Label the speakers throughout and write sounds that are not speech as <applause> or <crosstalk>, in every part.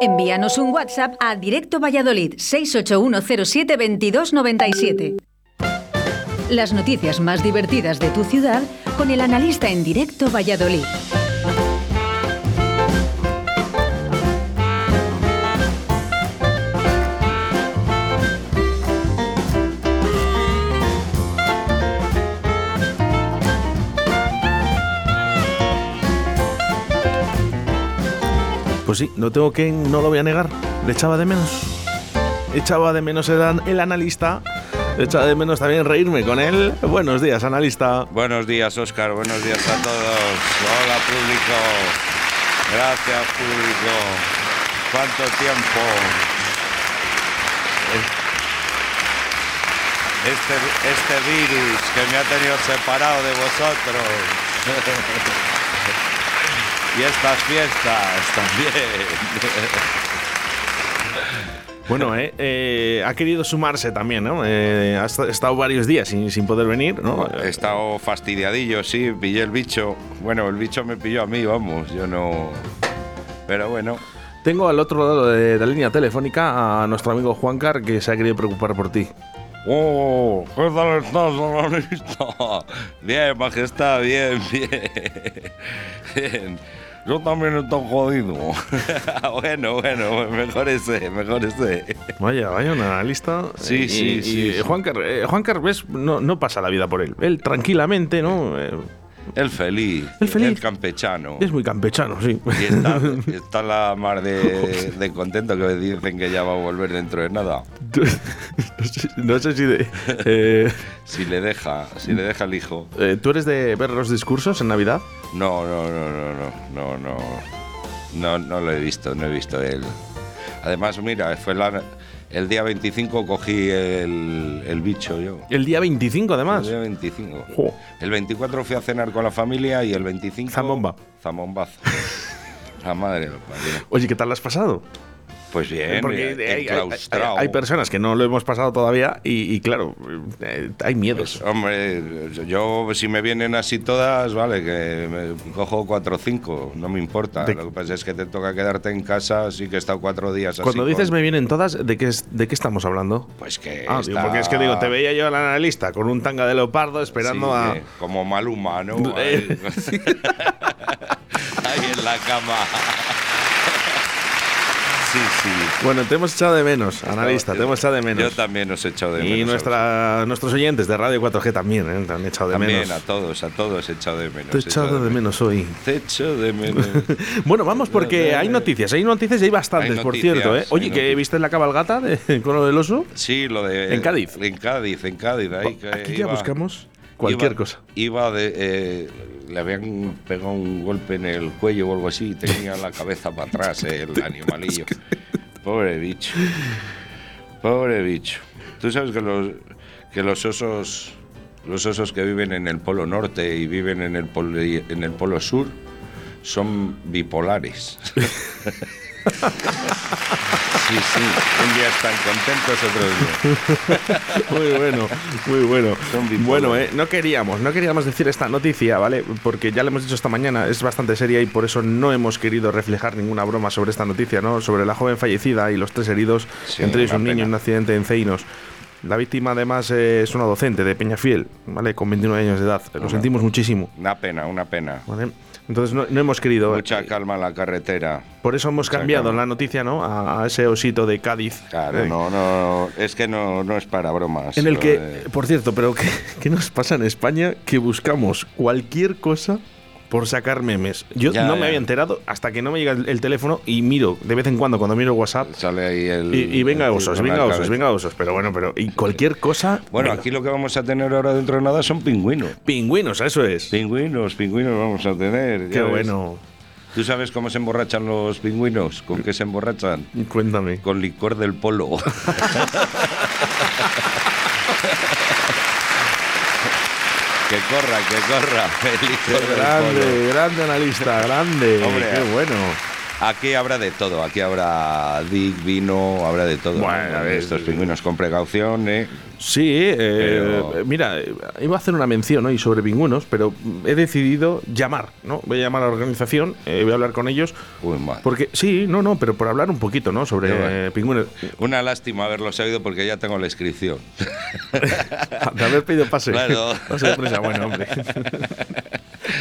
Speaker 1: Envíanos un WhatsApp a Directo Valladolid 681072297. Las noticias más divertidas de tu ciudad con el analista en Directo Valladolid.
Speaker 2: Pues sí, no tengo que, no lo voy a negar. Le echaba de menos. Echaba de menos el, an- el analista. Echaba de menos también reírme con él. Buenos días, analista.
Speaker 3: Buenos días, Óscar. Buenos días a todos. Hola, público. Gracias, público. ¿Cuánto tiempo? Es- Este, este virus que me ha tenido separado de vosotros. y estas fiestas también.
Speaker 2: Bueno, eh, eh, ha querido sumarse también, ¿no? Eh, ha esta- estado varios días sin, sin poder venir, ¿no? eh.
Speaker 3: He estado fastidiadillo, sí, pillé el bicho. Bueno, el bicho me pilló a mí, vamos, yo no... Pero bueno,
Speaker 2: Tengo al otro lado de la línea telefónica a nuestro amigo Juancar que se ha querido preocupar por ti.
Speaker 3: ¡Oh! ¿Qué tal estás, Alonista? <laughs> Bien, majestad, bien, <laughs> bien. Bien. Yo también estoy jodido. <laughs> bueno, bueno, mejor ese, mejor ese.
Speaker 2: Vaya, vaya, un analista.
Speaker 3: Sí,
Speaker 2: Eh,
Speaker 3: sí,
Speaker 2: y-
Speaker 3: sí,
Speaker 2: y
Speaker 3: sí.
Speaker 2: Juancar, eh, Juancar, ves, no, no pasa la vida por él. Él tranquilamente, ¿no? Eh,
Speaker 3: El feliz.
Speaker 2: El feliz.
Speaker 3: campechano.
Speaker 2: es muy campechano, sí.
Speaker 3: Y está, está la mar de, de contento que dicen que ya va a volver dentro de nada.
Speaker 2: <laughs> no, sé, no sé si de- eh,
Speaker 3: Si le deja, si le deja el hijo.
Speaker 2: eh, ¿Tú eres de ver los discursos en Navidad?
Speaker 3: No, no, no, no, no, no, no. No, no lo he visto, no he visto él. Además, mira, fue la- el día 25 cogí el, el bicho yo.
Speaker 2: El día 25,
Speaker 3: El
Speaker 2: además.
Speaker 3: día 25.
Speaker 2: Jo.
Speaker 3: El 24 fui a cenar con la familia y el 25...
Speaker 2: Zambomba.
Speaker 3: Zambombazo. <laughs> la madre lo parió.
Speaker 2: Oye, ¿qué tal lo has pasado? Eh,
Speaker 3: Pues bien,
Speaker 2: Porque
Speaker 3: mira,
Speaker 2: hay, hay-
Speaker 3: enclaustrao.
Speaker 2: hay- hay personas que no lo hemos pasado todavía y, y claro, eh, hay miedos.
Speaker 3: Pues, hombre, yo si me vienen así todas, vale, que me cojo cuatro o cinco, no me importa.
Speaker 2: Te-
Speaker 3: Lo que pasa es que te toca quedarte en casa, así que he estado cuatro días así.
Speaker 2: Cuando dices
Speaker 3: con-
Speaker 2: me vienen todas, ¿de qué, es- de qué estamos hablando?
Speaker 3: Pues que.
Speaker 2: Ah, digo,
Speaker 3: está-
Speaker 2: porque es que digo, te veía yo al analista con un tanga de leopardo esperando
Speaker 3: Sí,
Speaker 2: a...
Speaker 3: que Como
Speaker 2: <laughs>
Speaker 3: mal humano. Ahí
Speaker 2: Eh,
Speaker 3: <laughs> ahí en la
Speaker 2: <laughs>
Speaker 3: cama. sí, sí.
Speaker 2: Bueno, te hemos echado de menos, analista,
Speaker 3: Yo-
Speaker 2: te hemos echado de
Speaker 3: Yo
Speaker 2: menos.
Speaker 3: también os he echado de menos.
Speaker 2: Y
Speaker 3: a
Speaker 2: nuestra, nuestros oyentes de Radio 4G también, ¿eh? te han echado de
Speaker 3: vosotros. También
Speaker 2: menos.
Speaker 3: a todos, a todos he echado de menos.
Speaker 2: Te he
Speaker 3: he
Speaker 2: echado de menos hoy.
Speaker 3: Te echo de menos.
Speaker 2: <laughs> Bueno, vamos porque hay noticias, hay noticias y hay bastantes,
Speaker 3: Hay
Speaker 2: por
Speaker 3: noticias,
Speaker 2: cierto. ¿eh?
Speaker 3: hay
Speaker 2: Oye, que
Speaker 3: noticias.
Speaker 2: viste la cabalgata de- <laughs> con lo del oso.
Speaker 3: Sí, lo de.
Speaker 2: En Cádiz.
Speaker 3: En Cádiz, en Cádiz. Ahí, que
Speaker 2: Aquí ya
Speaker 3: iba-
Speaker 2: buscamos cualquier
Speaker 3: iba-
Speaker 2: cosa. <laughs>
Speaker 3: Iba de. eh, le habían pegado un golpe en el cuello o algo así y tenía la cabeza para atrás eh,
Speaker 2: <laughs>
Speaker 3: el animalillo. Pobre bicho. Pobre bicho. Tú sabes que los, que los osos. Los osos que viven en el polo norte y viven en el polo, en el polo sur son
Speaker 2: <laughs>
Speaker 3: bipolares. Sí, sí. Un día están contentos, otro día.
Speaker 2: Muy bueno, muy bueno.
Speaker 3: Son bipolares.
Speaker 2: Bueno, eh, no queríamos, no queríamos decir esta noticia, ¿vale? Porque ya la hemos dicho esta mañana, es bastante seria y por eso no hemos querido reflejar ninguna broma sobre esta noticia, ¿no? Sobre la joven fallecida y los tres heridos,
Speaker 3: Sí,
Speaker 2: entre ellos
Speaker 3: una
Speaker 2: un niño
Speaker 3: pena.
Speaker 2: en un accidente en Ceinos. La víctima además eh, es una docente de Peñafiel, ¿vale? Con 29 años de edad. Lo sentimos muchísimo,
Speaker 3: Una pena, una pena.
Speaker 2: ¿vale? Entonces no, no hemos querido... eh,
Speaker 3: Mucha calma en la carretera.
Speaker 2: Por eso hemos
Speaker 3: Mucha
Speaker 2: cambiado
Speaker 3: calma.
Speaker 2: la noticia, ¿no? A, a ese osito de Cádiz.
Speaker 3: Claro,
Speaker 2: eh,
Speaker 3: no, no, es que no, no es para bromas.
Speaker 2: En el
Speaker 3: lo
Speaker 2: que,
Speaker 3: de-
Speaker 2: por cierto, pero <laughs> ¿qué, qué nos pasa en España? Que buscamos cualquier cosa por sacar memes. Yo
Speaker 3: Ya,
Speaker 2: no me
Speaker 3: ya.
Speaker 2: había enterado hasta que no me llega el, el teléfono y miro de vez en cuando, cuando miro WhatsApp,
Speaker 3: sale ahí el...
Speaker 2: y, y venga
Speaker 3: el-
Speaker 2: osos,
Speaker 3: con la
Speaker 2: venga osos,
Speaker 3: cabeza.
Speaker 2: venga osos. Pero bueno, pero y cualquier cosa.
Speaker 3: Bueno,
Speaker 2: venga.
Speaker 3: aquí lo que vamos a tener ahora dentro de nada son pingüinos.
Speaker 2: Pingüinos, eso es.
Speaker 3: Pingüinos, pingüinos vamos a tener. ya
Speaker 2: Qué
Speaker 3: ves.
Speaker 2: bueno.
Speaker 3: ¿Tú sabes cómo se emborrachan los pingüinos? ¿Con qué se emborrachan?
Speaker 2: Cuéntame.
Speaker 3: Con licor del polo.
Speaker 2: <laughs>
Speaker 3: que corra, que corra. El licor del polo.
Speaker 2: grande analista, grande.
Speaker 3: Hombre, ah.
Speaker 2: qué bueno.
Speaker 3: Aquí habrá de todo, aquí habrá dick, vino, habrá de todo.
Speaker 2: Bueno,
Speaker 3: ¿no? estos pingüinos con precaución, ¿eh?
Speaker 2: Sí, eh,
Speaker 3: Pero-
Speaker 2: eh, mira, eh, iba a hacer una mención hoy sobre pingüinos, pero he decidido llamar, ¿no? Voy a llamar a la organización, eh, voy a hablar con ellos.
Speaker 3: Uy, madre.
Speaker 2: Porque, sí, no, no, pero por hablar un poquito, ¿no? Sobre
Speaker 3: Ya va.
Speaker 2: eh, pingüinos.
Speaker 3: Una lástima haberlo sabido porque ya tengo
Speaker 2: <laughs>
Speaker 3: la inscripción.
Speaker 2: De haber pedido pase.
Speaker 3: Claro.
Speaker 2: No se depresa, bueno,
Speaker 3: <laughs>
Speaker 2: hombre.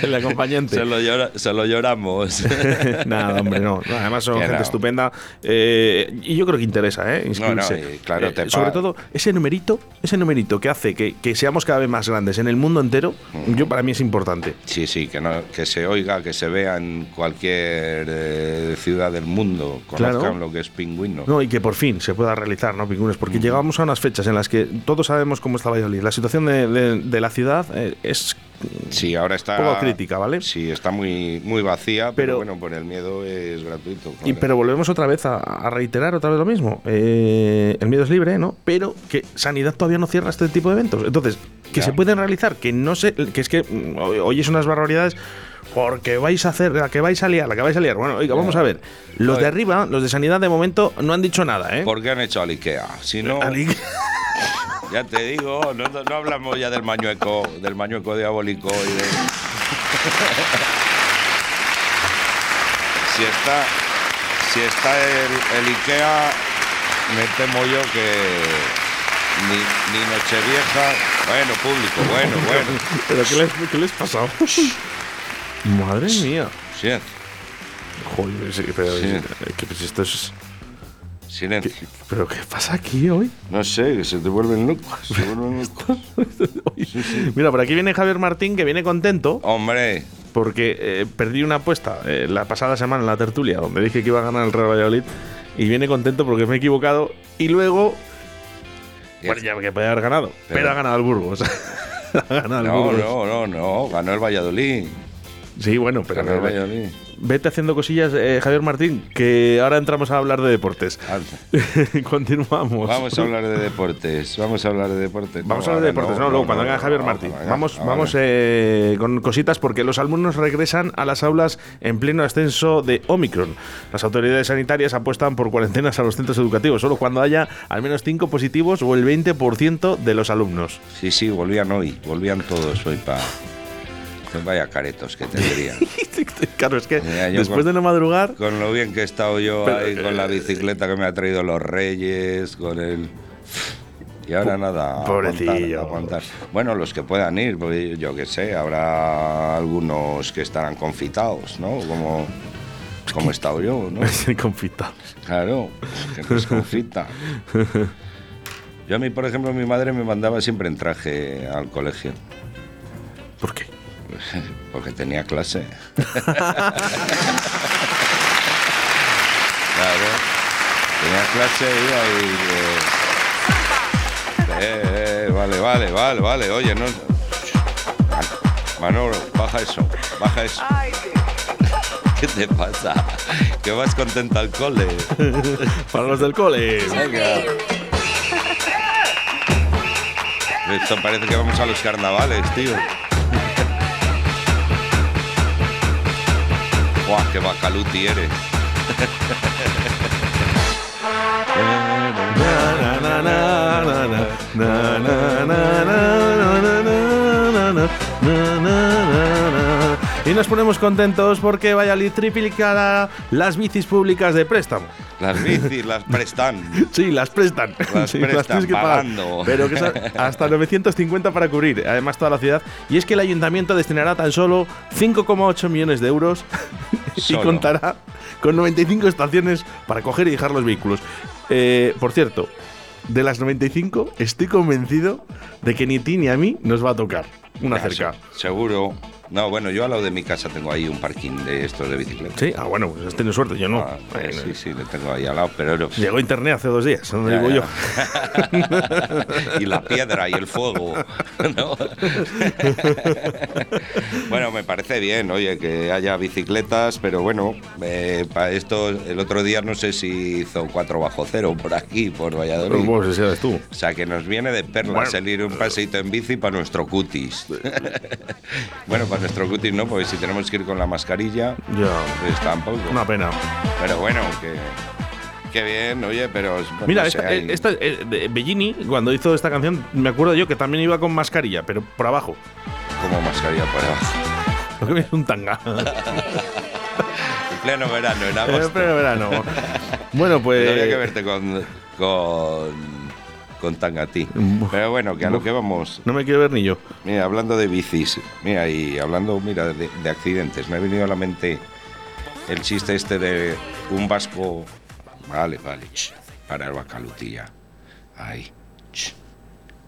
Speaker 2: El acompañante.
Speaker 3: Se lo, llora- se lo lloramos.
Speaker 2: <laughs>
Speaker 3: <laughs>
Speaker 2: Nada, hombre, no. No, Además son
Speaker 3: Que
Speaker 2: gente
Speaker 3: no.
Speaker 2: estupenda. eh, y yo creo que interesa, ¿eh? Inscribirse.
Speaker 3: No, no, y claro, te
Speaker 2: sobre
Speaker 3: pa-
Speaker 2: todo, ese numerito, ese numerito que hace que, que seamos cada vez más grandes en el mundo entero, yo para mí es importante.
Speaker 3: Sí, sí, que, no- que se oiga, que se vea en cualquier eh, ciudad del mundo,
Speaker 2: Claro.
Speaker 3: conozcan lo que es pingüino.
Speaker 2: No, y que por fin se pueda realizar, ¿no, Pingüinos? Porque llegamos a unas fechas en las que todos sabemos cómo está Valladolid. La situación de, de- de la ciudad eh, es
Speaker 3: Sí, ahora está.
Speaker 2: Poco crítica, ¿vale?
Speaker 3: Sí, está muy, muy vacía, pero,
Speaker 2: Pero-
Speaker 3: bueno, por el miedo es gratuito.
Speaker 2: Y-
Speaker 3: claro.
Speaker 2: pero volvemos otra vez a, a reiterar otra vez lo mismo. Eh, el miedo es libre, ¿no? Pero que Sanidad todavía no cierra este tipo de eventos. Entonces, que
Speaker 3: Ya.
Speaker 2: se pueden realizar, que no sé, que es que mm, oy- oyes unas barbaridades porque vais a hacer, la que vais a liar, la que vais a liar. Bueno, oiga, vamos a ver. Los de
Speaker 3: Joder.
Speaker 2: arriba, los de Sanidad de momento no han dicho nada, ¿eh?
Speaker 3: ¿Por qué han hecho al Ikea? Si no,
Speaker 2: Ali-
Speaker 3: ya te digo, no, no hablamos ya del mañueco, del mañueco diabólico y de. si está, si está el, el Ikea, me temo yo que ni, ni Nochevieja. Bueno, público, bueno, bueno.
Speaker 2: <laughs> ¿Pero qué les, qué les
Speaker 3: <laughs>
Speaker 2: pasa? Madre mía.
Speaker 3: Silencio,
Speaker 2: Joder, sí, pero,
Speaker 3: Sí.
Speaker 2: que, pues, esto es-
Speaker 3: silencio.
Speaker 2: ¿Pero qué pasa aquí hoy?
Speaker 3: No sé, que se te vuelven locos, se <laughs> vuelven locos.
Speaker 2: Mira, por aquí viene Javier Martín, que viene contento.
Speaker 3: Hombre,
Speaker 2: porque eh, perdí una apuesta eh, la pasada semana en la tertulia, donde dije que iba a ganar el Real Valladolid, y viene contento porque me he equivocado, y luego, bueno, ya que podía haber ganado, pero,
Speaker 3: Pero-
Speaker 2: ha ganado el Burgos. <laughs> ha ganado el
Speaker 3: no,
Speaker 2: Burgos.
Speaker 3: no, no, no, ganó el Valladolid.
Speaker 2: Sí, bueno, pero
Speaker 3: Ganó el
Speaker 2: ve-
Speaker 3: Valladolid.
Speaker 2: vete haciendo cosillas, eh, Javier Martín, que ahora entramos a hablar de deportes. <laughs>
Speaker 3: Anda.
Speaker 2: Continuamos.
Speaker 3: Vamos a hablar de deportes. Vamos a hablar de deportes.
Speaker 2: Pues Vamos a hablar de
Speaker 3: ahora
Speaker 2: deportes, no, luego cuando venga
Speaker 3: no,
Speaker 2: Javier
Speaker 3: no,
Speaker 2: Martín.
Speaker 3: cuando venga,
Speaker 2: vamos
Speaker 3: ahora.
Speaker 2: vamos eh, con cositas porque los alumnos regresan a las aulas en pleno ascenso de Omicron. Las autoridades sanitarias apuestan por cuarentenas a los centros educativos, solo cuando haya al menos 5 positivos o el 20% de los alumnos. <laughs>
Speaker 3: Sí, sí, volvían hoy. Volvían todos hoy para. Vaya caretos que
Speaker 2: <laughs>
Speaker 3: tendrían.
Speaker 2: claro, es que
Speaker 3: Mira, yo
Speaker 2: después
Speaker 3: con-
Speaker 2: de no madrugar... <laughs>
Speaker 3: con lo bien que he estado yo
Speaker 2: Pero, eh,
Speaker 3: ahí, con la bicicleta que me ha traído los Reyes, con el. Y ahora nada, a
Speaker 2: pobrecillo.
Speaker 3: aguantar, a aguantar. Bueno, los que puedan ir, pues, yo qué sé, habrá algunos que estarán confitados, ¿no? Como, como he estado yo, ¿no?
Speaker 2: Confita.
Speaker 3: Claro, que no es confita. Yo a mí, por ejemplo, mi madre me mandaba siempre en traje al colegio,
Speaker 2: ¿Por qué?
Speaker 3: porque tenía clase. claro, tenía clase iba y... eh, eh, eh, vale, vale, vale, vale, oye, no... Manolo, baja eso, baja eso. <laughs> ¿Qué te pasa? Que vas contenta al cole.
Speaker 2: Para los del cole.
Speaker 3: Venga. Esto parece que vamos a los carnavales, tío. Guau, qué bacaluti eres.
Speaker 2: Na, na, na, na, na, na, na, na, na, na, na, na, na, na, na, na. Y nos ponemos contentos porque Valladolid triplicará las bicis públicas de préstamo.
Speaker 3: Las bicis las prestan.
Speaker 2: Sí, las prestan.
Speaker 3: Las
Speaker 2: <laughs> Sí,
Speaker 3: prestan,
Speaker 2: tienes que pagar.
Speaker 3: pagando.
Speaker 2: Pero que son hasta 950 para cubrir, además toda la ciudad. Y es que el ayuntamiento destinará tan solo 5,8 millones de euros <laughs> y
Speaker 3: Solo.
Speaker 2: contará con 95 estaciones para coger y dejar los vehículos. Eh, por cierto, de las 95 estoy convencido de que ni a ti ni a mí nos va a tocar una cerca.
Speaker 3: Se- Seguro. No, bueno, yo al lado de mi casa tengo ahí un parking de estos de bicicleta.
Speaker 2: Sí, ah, bueno, pues has tenido suerte, yo no.
Speaker 3: Ah, eh,
Speaker 2: Bueno,
Speaker 3: sí, sí, le tengo ahí al lado, pero... no-
Speaker 2: Llegó internet hace dos días, no
Speaker 3: Ya,
Speaker 2: digo
Speaker 3: ya.
Speaker 2: yo.
Speaker 3: y la piedra y el fuego. ¿no? <laughs> bueno, me parece bien, oye, que haya bicicletas, pero bueno, eh, para esto, el otro día no sé si hizo 4 bajo cero por aquí, por Valladolid.
Speaker 2: Vos, ese eres tú.
Speaker 3: O sea, que nos viene de perlas
Speaker 2: Pues Bueno.
Speaker 3: salir un paseito en bici para nuestro cutis. <laughs> bueno, para nuestro cutis no, porque si tenemos que ir con la mascarilla,
Speaker 2: Ya.
Speaker 3: pues tampoco.
Speaker 2: Una pena.
Speaker 3: Pero bueno, que, que bien, oye, pero... Pues no
Speaker 2: Mira,
Speaker 3: sé,
Speaker 2: esta,
Speaker 3: hay-
Speaker 2: esta- eh, de- Bellini, cuando hizo esta canción, me acuerdo yo que también iba con mascarilla, pero por abajo. <laughs>
Speaker 3: Como mascarilla por abajo.
Speaker 2: Lo que me es un
Speaker 3: <laughs>
Speaker 2: tanga.
Speaker 3: En pleno verano, en
Speaker 2: Eh, <laughs>
Speaker 3: agosto.
Speaker 2: pero verano. Bueno, pues.
Speaker 3: No había que verte con... con... con tangatí.
Speaker 2: Buf.
Speaker 3: Pero bueno, que a lo que vamos...
Speaker 2: No me quiero ver ni yo.
Speaker 3: Mira, hablando de bicis, mira, y hablando, mira, de, de accidentes, me ha venido a la mente el chiste este de un vasco. Vale, vale, ch, para el bacalutilla. Ahí, ch,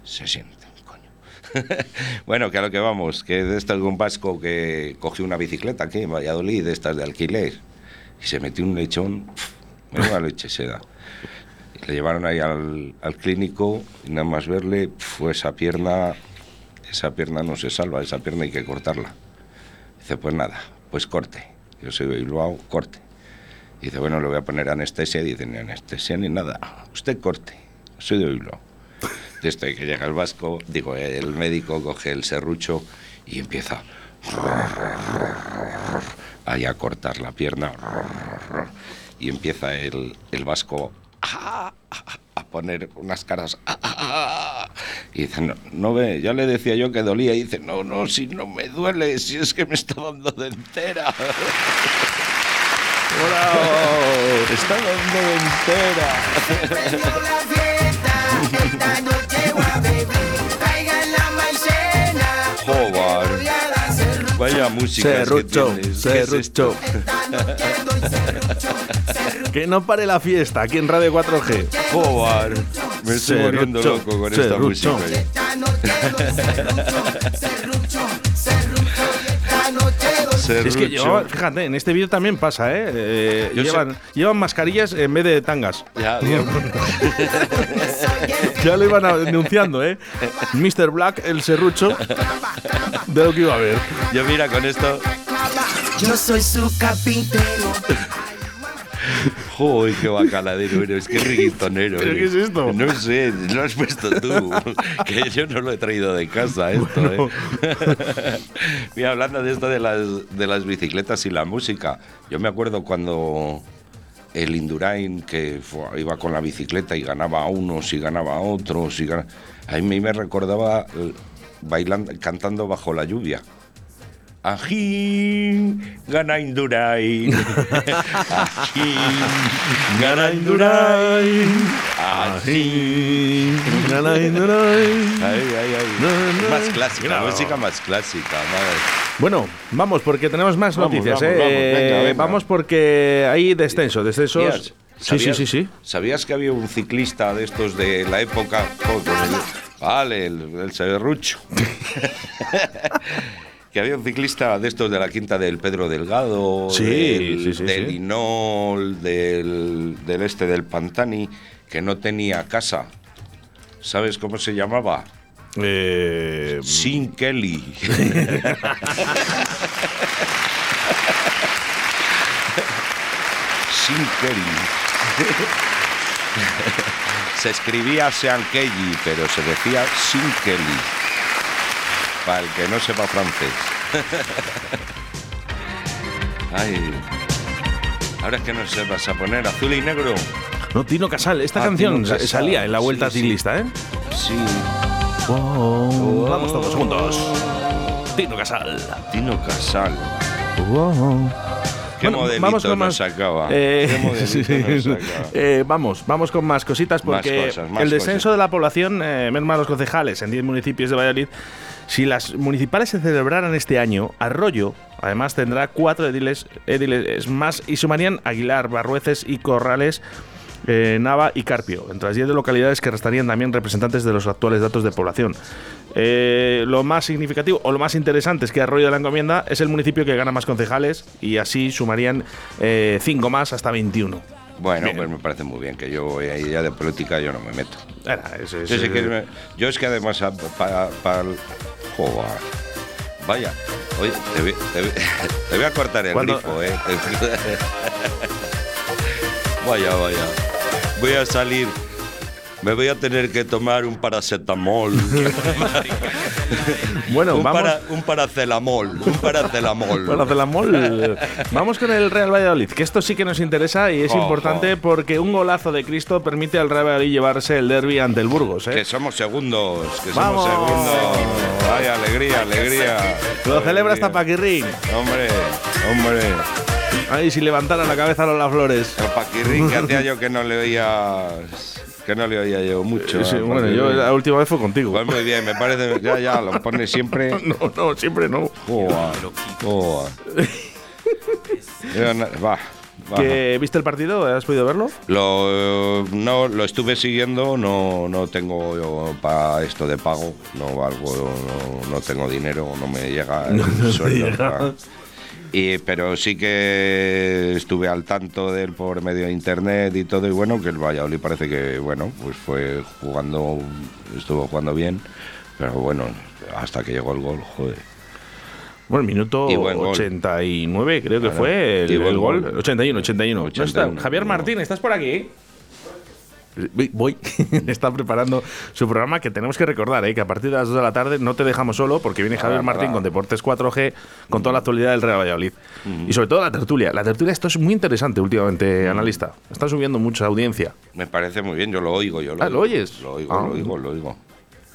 Speaker 3: se siente, coño. <laughs> bueno, que a lo que vamos, que de esto de un vasco que cogió una bicicleta aquí en Valladolid, de estas de alquiler, y se metió un lechón, pf, una leche se da. Le llevaron ahí al, al clínico y nada más verle, fue esa pierna, esa pierna no se salva, esa pierna hay que cortarla. Dice, pues nada, pues corte. Yo soy de Bilbao, corte. Dice, bueno, le voy a poner anestesia. Dice, ni anestesia ni nada. Usted corte. Soy de Bilbao. De esto que llega el vasco, digo, el médico coge el serrucho y empieza ahí a cortar la pierna. Y empieza el, el vasco a poner unas caras. "Ah, Y dice, no, no ve, ya le decía yo que dolía. Y dice, no, no, si no me duele, si es que me está dando de entera. ¡Bravo! ¡Está dando de entera!
Speaker 4: Prenda la fiesta, esta noche voy a beber. Traigan la maicena, voy
Speaker 3: ¡Joder!
Speaker 4: a dar cerrucho.
Speaker 3: Vaya música es que
Speaker 2: Serrucho,
Speaker 3: tienes. ¿Qué es esto?
Speaker 2: serrucho.
Speaker 4: Esta noche doy cerrucho, cerrucho.
Speaker 2: Que no pare la fiesta aquí en Radio 4G.
Speaker 3: ¡Joder! Me estoy
Speaker 2: Serrucho,
Speaker 3: volviendo loco con esta
Speaker 2: serrucho.
Speaker 3: música. eh.
Speaker 4: Esta noche doy cerrucho, cerrucho, cerrucho. Esta noche doy
Speaker 3: Serrucho.
Speaker 2: Es que yo, fíjate, en este vídeo también pasa, ¿eh? Eh,
Speaker 3: Yo
Speaker 2: llevan,
Speaker 3: sé-
Speaker 2: llevan mascarillas en vez de tangas.
Speaker 3: Ya, Dios.
Speaker 2: Ya lo iban anunciando, ¿eh? Mr. Black, el serrucho, de lo que iba a haber.
Speaker 3: Yo mira con esto.
Speaker 4: Yo soy su carpintero.
Speaker 3: ¡Joder, qué bacaladero eres! ¡Qué riquitonero
Speaker 2: ¿Pero qué
Speaker 3: eres.
Speaker 2: es esto?
Speaker 3: No sé, lo has puesto tú. <laughs> que yo no lo he traído de casa esto, ¿eh? <laughs> Mira, hablando de esto de las, de las bicicletas y la música, yo me acuerdo cuando el Indurain, que fue- iba con la bicicleta y ganaba a unos y ganaba a otros. Y gana- A mí me recordaba eh, bailando, cantando bajo la lluvia. Ajín, gana Indurain. Ajín, gana Indurain. Ajín. Ay, ay, ay.
Speaker 2: No, no,
Speaker 3: más
Speaker 2: no.
Speaker 3: clásica,
Speaker 2: No.
Speaker 3: música más clásica. madre.
Speaker 2: Bueno, vamos porque tenemos más
Speaker 3: Vamos,
Speaker 2: noticias,
Speaker 3: vamos,
Speaker 2: ¿eh?
Speaker 3: vamos, venga,
Speaker 2: Eh,
Speaker 3: venga.
Speaker 2: vamos porque hay descenso, descensos. Sí, sí,
Speaker 3: ¿Sabías-
Speaker 2: sí, sí.
Speaker 3: ¿Sabías que había un ciclista de estos de la época? Joder, pues el- vale, el, el serrucho. <laughs> que había un ciclista de estos de la quinta del Pedro Delgado,
Speaker 2: Sí,
Speaker 3: del,
Speaker 2: sí, sí,
Speaker 3: del
Speaker 2: sí.
Speaker 3: Inol, del, del este del Pantani, que no tenía casa. ¿Sabes cómo se llamaba?
Speaker 2: Eh,
Speaker 3: Sin Kelly. Sin Kelly. Se escribía Sean Kelly, pero se decía Sin Kelly. Para el que no sepa francés. Ay. Ahora es que nos vas a poner azul y negro.
Speaker 2: no, Tino Casal, esta
Speaker 3: Ah,
Speaker 2: canción
Speaker 3: Tino
Speaker 2: sa-
Speaker 3: Casal,
Speaker 2: salía en la vuelta
Speaker 3: sí, sí.
Speaker 2: ciclista, ¿eh?
Speaker 3: Sí.
Speaker 2: Wow. Vamos todos juntos. Tino Casal.
Speaker 3: Tino Casal.
Speaker 2: Wow.
Speaker 3: ¿Qué
Speaker 2: Bueno,
Speaker 3: modelito
Speaker 2: vamos con
Speaker 3: nos
Speaker 2: más.
Speaker 3: sacaba?
Speaker 2: Eh,
Speaker 3: ¿Qué
Speaker 2: <laughs>
Speaker 3: modelito
Speaker 2: sí,
Speaker 3: nos
Speaker 2: sí.
Speaker 3: sacaba?
Speaker 2: Eh, vamos, vamos con más cositas
Speaker 3: Más
Speaker 2: porque
Speaker 3: cosas, más
Speaker 2: el descenso
Speaker 3: cosas.
Speaker 2: de la población eh, merma a los concejales en 10 municipios de Valladolid. Si las municipales se celebraran este año, Arroyo además tendrá cuatro ediles, ediles más y sumarían Aguilar, Barrueces y Corrales. eh, Nava y Carpio, entre las 10 localidades que restarían también representantes de los actuales datos de población. Eh, lo más significativo o lo más interesante es que Arroyo de la Encomienda es el municipio que gana más concejales y así sumarían 5 más hasta 21.
Speaker 3: Bueno,
Speaker 2: Bien.
Speaker 3: pues me parece muy bien que yo voy ahí ya de política, yo no me meto.
Speaker 2: Era, es- es-
Speaker 3: Yo, sé que
Speaker 2: es-
Speaker 3: me- yo es que además ah, a- para... para el- Joder. Vaya, oye, te voy, te voy- <laughs> te voy a cortar el
Speaker 2: Cuando-
Speaker 3: grifo, ¿eh? <laughs> vaya, vaya. Voy
Speaker 2: <laughs>
Speaker 3: a salir. Me voy a tener que tomar un paracetamol.
Speaker 2: Bueno,
Speaker 5: un,
Speaker 2: vamos. eh.
Speaker 5: para- un paracelamol, un
Speaker 2: <laughs>
Speaker 5: paracelamol.
Speaker 2: Paracetamol. Vamos con el Real Valladolid, que esto sí que nos interesa y es
Speaker 5: Ojo.
Speaker 2: importante porque un golazo de Cristo permite al Real Valladolid llevarse el derby ante el Burgos. ¿eh?
Speaker 3: Que somos segundos, que
Speaker 2: Vamos.
Speaker 3: somos segundos. Ay, alegría, alegría.
Speaker 2: Lo celebra hasta Paquirrín.
Speaker 3: Alegría. Hombre, hombre.
Speaker 2: Ahí si levantara la cabeza Lola Flores.
Speaker 3: El Paquirrín que hacía yo que no le oía. Que no le oía yo mucho. eh,
Speaker 2: Sí,
Speaker 3: al
Speaker 2: bueno,
Speaker 3: Paquirrín.
Speaker 2: yo la última vez fue contigo.
Speaker 3: Pues muy bien, me parece. Ya, ya, lo pone siempre.
Speaker 2: <laughs> No, no, siempre no.
Speaker 3: Joa,
Speaker 2: <laughs>
Speaker 3: joa. Yo na- Va, va.
Speaker 2: ¿Que ¿Viste el partido? ¿Has podido verlo?
Speaker 3: Lo, eh, no, lo estuve siguiendo, no, no tengo yo para esto de pago, no valgo, no, no tengo dinero, no me llega
Speaker 2: <laughs>
Speaker 3: el sueldo. pa- Y, pero sí que estuve al tanto de él por medio de internet y todo, y bueno, que el Valladolid parece que, bueno, pues fue jugando, estuvo jugando bien, pero bueno, hasta que llegó el gol, joder.
Speaker 2: Bueno, el minuto
Speaker 3: Y buen gol.
Speaker 2: 89 creo que
Speaker 3: Claro.
Speaker 2: fue el,
Speaker 3: Y buen
Speaker 2: el gol.
Speaker 3: gol.
Speaker 2: 81, 81. No está.
Speaker 3: 81.
Speaker 2: Javier Martín, ¿estás por aquí? Voy- Voy, <laughs> está preparando su programa que tenemos que recordar, ¿eh? que a partir de las 2 de la tarde no te dejamos solo porque viene Javier
Speaker 3: Ah,
Speaker 2: Martín
Speaker 3: verdad.
Speaker 2: con Deportes 4G, con toda la actualidad del Real Valladolid. Y sobre todo la tertulia. La tertulia, esto es muy interesante últimamente, analista. Está subiendo mucha audiencia.
Speaker 3: Me parece muy bien, yo lo oigo, yo lo
Speaker 2: Ah, ¿lo
Speaker 3: oigo.
Speaker 2: oyes?
Speaker 3: Lo oigo,
Speaker 2: Ah.
Speaker 3: lo oigo, lo oigo.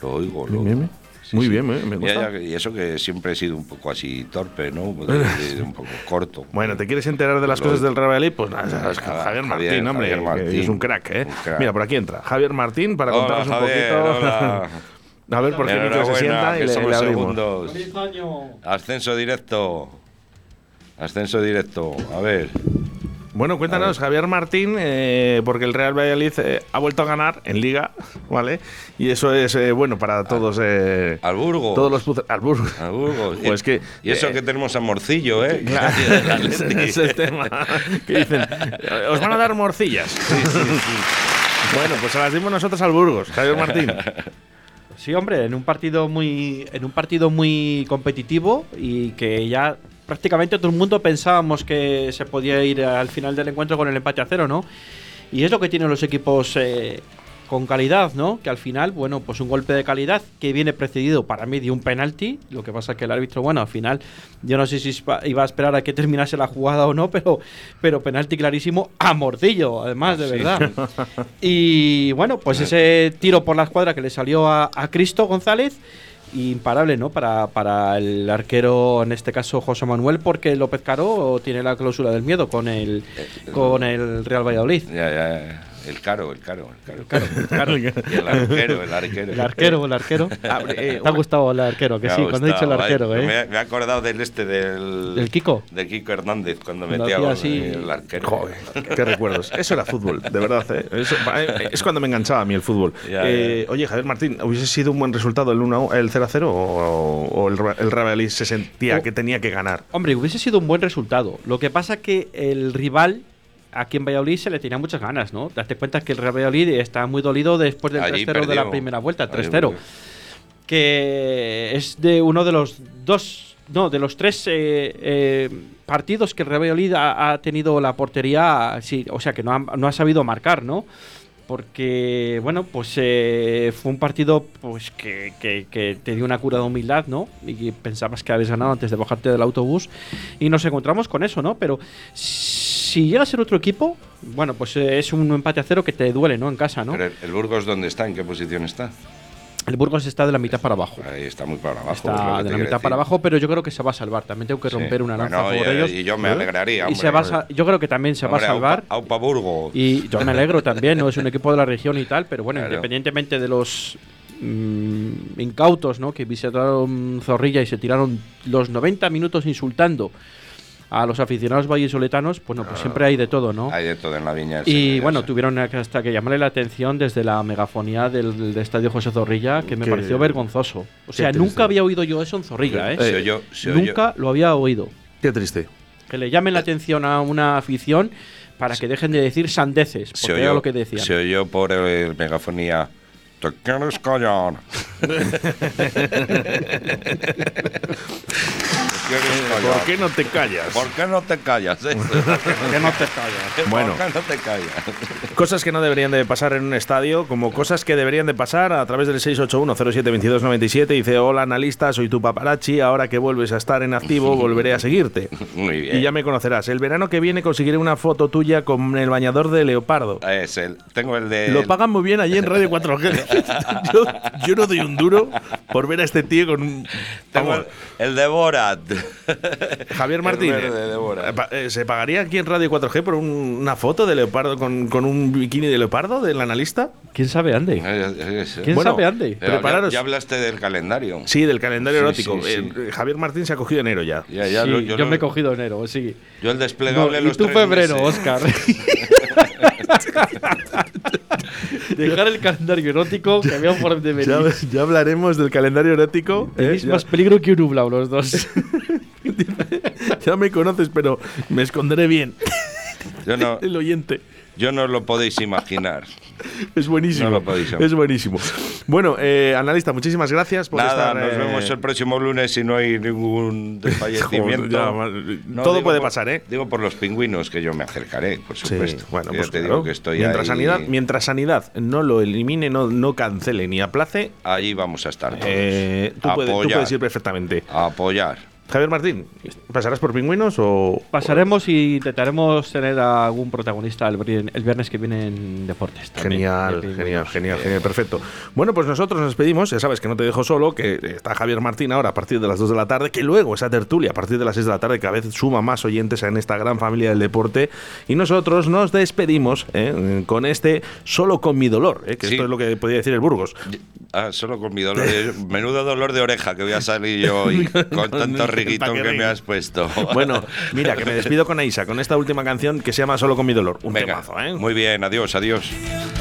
Speaker 3: Lo oigo, lo
Speaker 2: Muy bien,
Speaker 3: oigo. Sí,
Speaker 2: muy
Speaker 3: sí.
Speaker 2: bien, eh, me
Speaker 3: Ya,
Speaker 2: gusta.
Speaker 3: ya, y eso que siempre he sido un poco así torpe, ¿no?
Speaker 2: <laughs>
Speaker 3: De- de- un poco corto.
Speaker 2: Bueno, ¿te quieres enterar de las
Speaker 3: Lo-
Speaker 2: cosas del Real Valladolid? Pues nada, sabes que
Speaker 3: Nada,
Speaker 2: Javier Martín,
Speaker 3: Javier-
Speaker 2: hombre,
Speaker 3: Javier
Speaker 2: que
Speaker 3: Martín.
Speaker 2: es un crack, ¿eh?
Speaker 3: Un crack.
Speaker 2: Mira, por aquí entra Javier Martín para
Speaker 3: Hola,
Speaker 2: contarnos un
Speaker 3: Javier,
Speaker 2: poquito. <laughs>
Speaker 3: hola.
Speaker 2: A ver por qué Nico se
Speaker 3: Enhorabuena,
Speaker 2: sienta y
Speaker 3: que
Speaker 2: le,
Speaker 3: somos
Speaker 2: le abrimos.
Speaker 3: segundos. Ascenso directo. Ascenso directo. A ver.
Speaker 2: Bueno, cuéntanos, Javier Martín, eh, porque el Real Valladolid eh, ha vuelto a ganar en Liga, <laughs> ¿vale? Y eso es eh, bueno para todos. eh,
Speaker 3: Al Ah. Burgos.
Speaker 2: Todos los puzzles. Al Burgos.
Speaker 3: Al Burgos.
Speaker 2: Pues que.
Speaker 3: y eso
Speaker 2: eh,
Speaker 3: que tenemos a Morcillo, ¿eh?
Speaker 2: <laughs> Claro,
Speaker 3: Del
Speaker 2: <laughs> ese
Speaker 3: Atleti.
Speaker 2: es el tema. Que dicen, eh, os van a dar morcillas. Bueno, pues se las dimos nosotros al Burgos, Javier Martín.
Speaker 6: Sí, hombre, en un partido muy en un partido muy competitivo y que ya prácticamente todo el mundo pensábamos que se podía ir al final del encuentro con el empate a cero, ¿no? Y es lo que tienen los equipos eh, con calidad, ¿no? Que al final, bueno, pues un golpe de calidad que viene precedido para mí de un penalti. Lo que pasa es que el árbitro, bueno, al final, yo no sé si ispa- iba a esperar a que terminase la jugada o no, pero, pero penalti clarísimo a mordillo, además, de verdad. Y bueno, pues ese tiro por la escuadra que le salió a, a Cristo González, imparable, ¿no? Para, para el arquero, en este caso José Manuel, porque López Caro tiene la clausura del miedo con el, con el Real Valladolid.
Speaker 3: Ya, ya. El caro, el caro, el caro. <laughs>
Speaker 6: Claro.
Speaker 3: Y el arquero, el Ah, arquero.
Speaker 6: El arquero, el arquero.
Speaker 3: <laughs>
Speaker 6: Te ha gustado el arquero, que
Speaker 3: eh, Me ha
Speaker 6: sí, cuando he dicho el
Speaker 3: gustado,
Speaker 6: arquero,
Speaker 3: ay,
Speaker 6: ¿eh?
Speaker 3: Me, me he acordado del este, del.
Speaker 6: ¿Del Kiko?
Speaker 3: Del Kiko Hernández, cuando
Speaker 6: Cuando
Speaker 3: metía
Speaker 6: hacía
Speaker 3: gol,
Speaker 6: así.
Speaker 3: eh, el arquero.
Speaker 2: Joder, qué recuerdos. Eso era fútbol, de verdad. ¿eh? Eso- pa- eh, es cuando me enganchaba a mí el fútbol.
Speaker 3: Ya,
Speaker 2: Eh, Oye, Javier Martín, ¿hubiese sido un buen resultado el 1 el 0 a 0 o, o el, Ra- el Real Valladolid se sentía
Speaker 6: Oh.
Speaker 2: que tenía que ganar?
Speaker 6: Hombre, hubiese sido un buen resultado. Lo que pasa que el rival aquí en Valladolid se le tenía muchas ganas, ¿no? Date cuenta que el Real Valladolid está muy dolido después del
Speaker 3: Allí
Speaker 6: 3-0 de la
Speaker 3: perdió.
Speaker 6: primera vuelta,
Speaker 3: Allí
Speaker 6: 3-0.
Speaker 3: perdió.
Speaker 6: Que es de uno de los dos, no, de los tres eh, eh, partidos que el Real Valladolid ha, ha tenido la portería, sí, o sea, que no ha, no ha sabido marcar, ¿no? porque bueno pues eh, fue un partido pues que, que- que te dio una cura de humildad no y que pensabas que habías ganado antes de bajarte del autobús y nos encontramos con eso no pero si llega a ser otro equipo bueno pues eh, es un empate a cero que te duele no en casa no
Speaker 3: Pero el, el Burgos, ¿dónde está? ¿En qué posición está?
Speaker 6: el Burgos está de la mitad para abajo
Speaker 3: Ahí está muy para abajo. es lo que
Speaker 6: Está
Speaker 3: te
Speaker 6: de la
Speaker 3: quiero
Speaker 6: mitad
Speaker 3: decir.
Speaker 6: para abajo, pero yo creo que se va a salvar. También tengo que
Speaker 3: Sí.
Speaker 6: romper una lanza
Speaker 3: Bueno,
Speaker 6: por
Speaker 3: y-
Speaker 6: ellos. ¿eh?
Speaker 3: y yo me alegraría,
Speaker 6: Y
Speaker 3: hombre.
Speaker 6: se va a sa- yo creo que también se
Speaker 3: Hombre,
Speaker 6: va a salvar.
Speaker 3: Aupa, Aupa Burgos.
Speaker 6: Y yo me alegro también, ¿no? Es un equipo de la región y tal, pero bueno,
Speaker 3: Claro.
Speaker 6: independientemente de los mm, incautos, ¿no? Que visitaron Zorrilla y se tiraron los 90 minutos insultando a los aficionados vallisoletanos, bueno, pues siempre hay de todo, ¿no?
Speaker 3: Ah. Hay de todo en la viña.
Speaker 6: Y bueno,
Speaker 3: tú
Speaker 6: tuvieron hasta que llamarle la atención desde la megafonía del, del estadio José Zorrilla, que me
Speaker 2: Qué-
Speaker 6: pareció vergonzoso. O sea,
Speaker 2: triste.
Speaker 6: nunca había oído yo eso en Zorrilla, ¿eh?
Speaker 3: Se oyó- se oyó-
Speaker 6: nunca lo había oído.
Speaker 2: Qué triste.
Speaker 6: Que le llamen la atención a una afición para que dejen de decir sandeces, porque
Speaker 3: se oyó,
Speaker 6: era lo que decían.
Speaker 3: Se oyó por el megafonía. ¿Te quieres
Speaker 6: <laughs>
Speaker 3: callar? quieres callar?
Speaker 2: ¿Por qué no te callas?
Speaker 3: ¿Por qué no te
Speaker 6: <laughs>
Speaker 3: callas? eh?
Speaker 6: Que no te callas.
Speaker 2: Bueno.
Speaker 3: ¿Por qué no te callas?
Speaker 2: Cosas que no deberían de pasar en un estadio, como cosas que deberían de pasar a través del 681-072297. Dice, hola analista, soy tu paparazzi, ahora que vuelves a estar en <laughs> activo volveré a seguirte.
Speaker 3: Muy bien.
Speaker 2: Y ya me conocerás. El verano que viene conseguiré una foto tuya con el bañador de leopardo.
Speaker 3: Ah, Es el, tengo el de.
Speaker 2: Lo pagan muy bien allí en Radio
Speaker 3: <laughs>
Speaker 2: 4G. yo, yo no doy un duro por ver a este tío con un...
Speaker 3: tengo
Speaker 2: Vamos,
Speaker 3: el, el de Borat.
Speaker 2: Javier
Speaker 3: el
Speaker 2: Martínez.
Speaker 3: verde de Borat.
Speaker 2: eh, pa- eh, ¿Se pagaría aquí en Radio 4G por un- una foto de leopardo con, con un bikini de leopardo del analista?
Speaker 6: ¿Quién sabe, Andy? ¿Quién
Speaker 2: Bueno,
Speaker 6: sabe, Andy?
Speaker 3: Ya- ya-
Speaker 2: Prepararos.
Speaker 3: Ya, hablaste del calendario.
Speaker 2: Sí, del calendario
Speaker 3: Sí,
Speaker 2: erótico.
Speaker 3: sí, sí.
Speaker 2: Eh, Javier Martín se ha cogido enero ya.
Speaker 3: Ya, ya,
Speaker 6: Sí,
Speaker 3: lo-
Speaker 6: yo,
Speaker 3: lo-
Speaker 6: me he cogido enero, sí.
Speaker 3: Yo el
Speaker 6: No,
Speaker 3: desplegable
Speaker 6: y
Speaker 3: los
Speaker 6: tú
Speaker 3: tres
Speaker 6: febrero,
Speaker 3: meses. <laughs>
Speaker 6: Oscar. Dejar el calendario erótico que había por de
Speaker 2: Ya,
Speaker 6: venir.
Speaker 2: ya hablaremos del calendario erótico. ¿eh?
Speaker 6: Tenéis
Speaker 2: Ya-
Speaker 6: más peligro que un nublado los dos.
Speaker 2: ya me conoces, pero me esconderé bien.
Speaker 3: Yo no,
Speaker 2: El oyente.
Speaker 3: yo no os lo
Speaker 2: <laughs>
Speaker 3: podéis imaginar.
Speaker 2: Es buenísimo.
Speaker 3: No lo podéis saber.
Speaker 2: es buenísimo. Bueno, eh, analista, muchísimas gracias por
Speaker 3: Nada,
Speaker 2: estar.
Speaker 3: nos
Speaker 2: eh,
Speaker 3: vemos el próximo lunes si no hay ningún desfallecimiento.
Speaker 2: <laughs> Joder, ya, mal-
Speaker 3: No,
Speaker 2: todo
Speaker 3: digo
Speaker 2: puede
Speaker 3: por-
Speaker 2: pasar, ¿eh?
Speaker 3: Digo por los pingüinos que yo me acercaré, por
Speaker 2: Sí,
Speaker 3: supuesto.
Speaker 2: bueno,
Speaker 3: Ya
Speaker 2: pues
Speaker 3: te
Speaker 2: claro.
Speaker 3: digo que estoy
Speaker 2: mientras,
Speaker 3: ahí-
Speaker 2: sanidad, mientras Sanidad no lo elimine, no, no cancele ni aplace,
Speaker 3: Ahí vamos a estar. todos.
Speaker 2: eh, tú, puedes, tú
Speaker 3: Apoyar.
Speaker 2: puedes ir perfectamente.
Speaker 3: A apoyar.
Speaker 2: Javier Martín, ¿pasarás por pingüinos o...?
Speaker 6: Pasaremos y intentaremos tener a algún protagonista el, bri- el viernes que viene en deportes. también.
Speaker 2: Genial,
Speaker 6: Ya te digo.
Speaker 2: genial, genial, genial, perfecto. Bueno, pues nosotros nos despedimos, ya sabes que no te dejo solo, que está Javier Martín ahora a partir de las 2 de la tarde, que luego esa tertulia a partir de las 6 de la tarde cada vez suma más oyentes en esta gran familia del deporte y nosotros nos despedimos ¿eh? con este Solo con mi dolor, ¿eh? que
Speaker 3: Sí.
Speaker 2: esto es lo que podía decir el
Speaker 6: <laughs>
Speaker 2: Burgos.
Speaker 3: Ah, solo con mi dolor. de- Menudo dolor de oreja que voy a salir yo hoy con tanto
Speaker 2: Pa'
Speaker 3: riguitón
Speaker 2: que
Speaker 3: que me
Speaker 2: ringue.
Speaker 3: has puesto.
Speaker 2: Bueno, mira, que me despido con Aisa, con esta última canción que se llama Solo con mi dolor, un
Speaker 3: Venga,
Speaker 2: temazo, ¿eh?
Speaker 3: Muy bien, adiós, adiós.
Speaker 4: Yo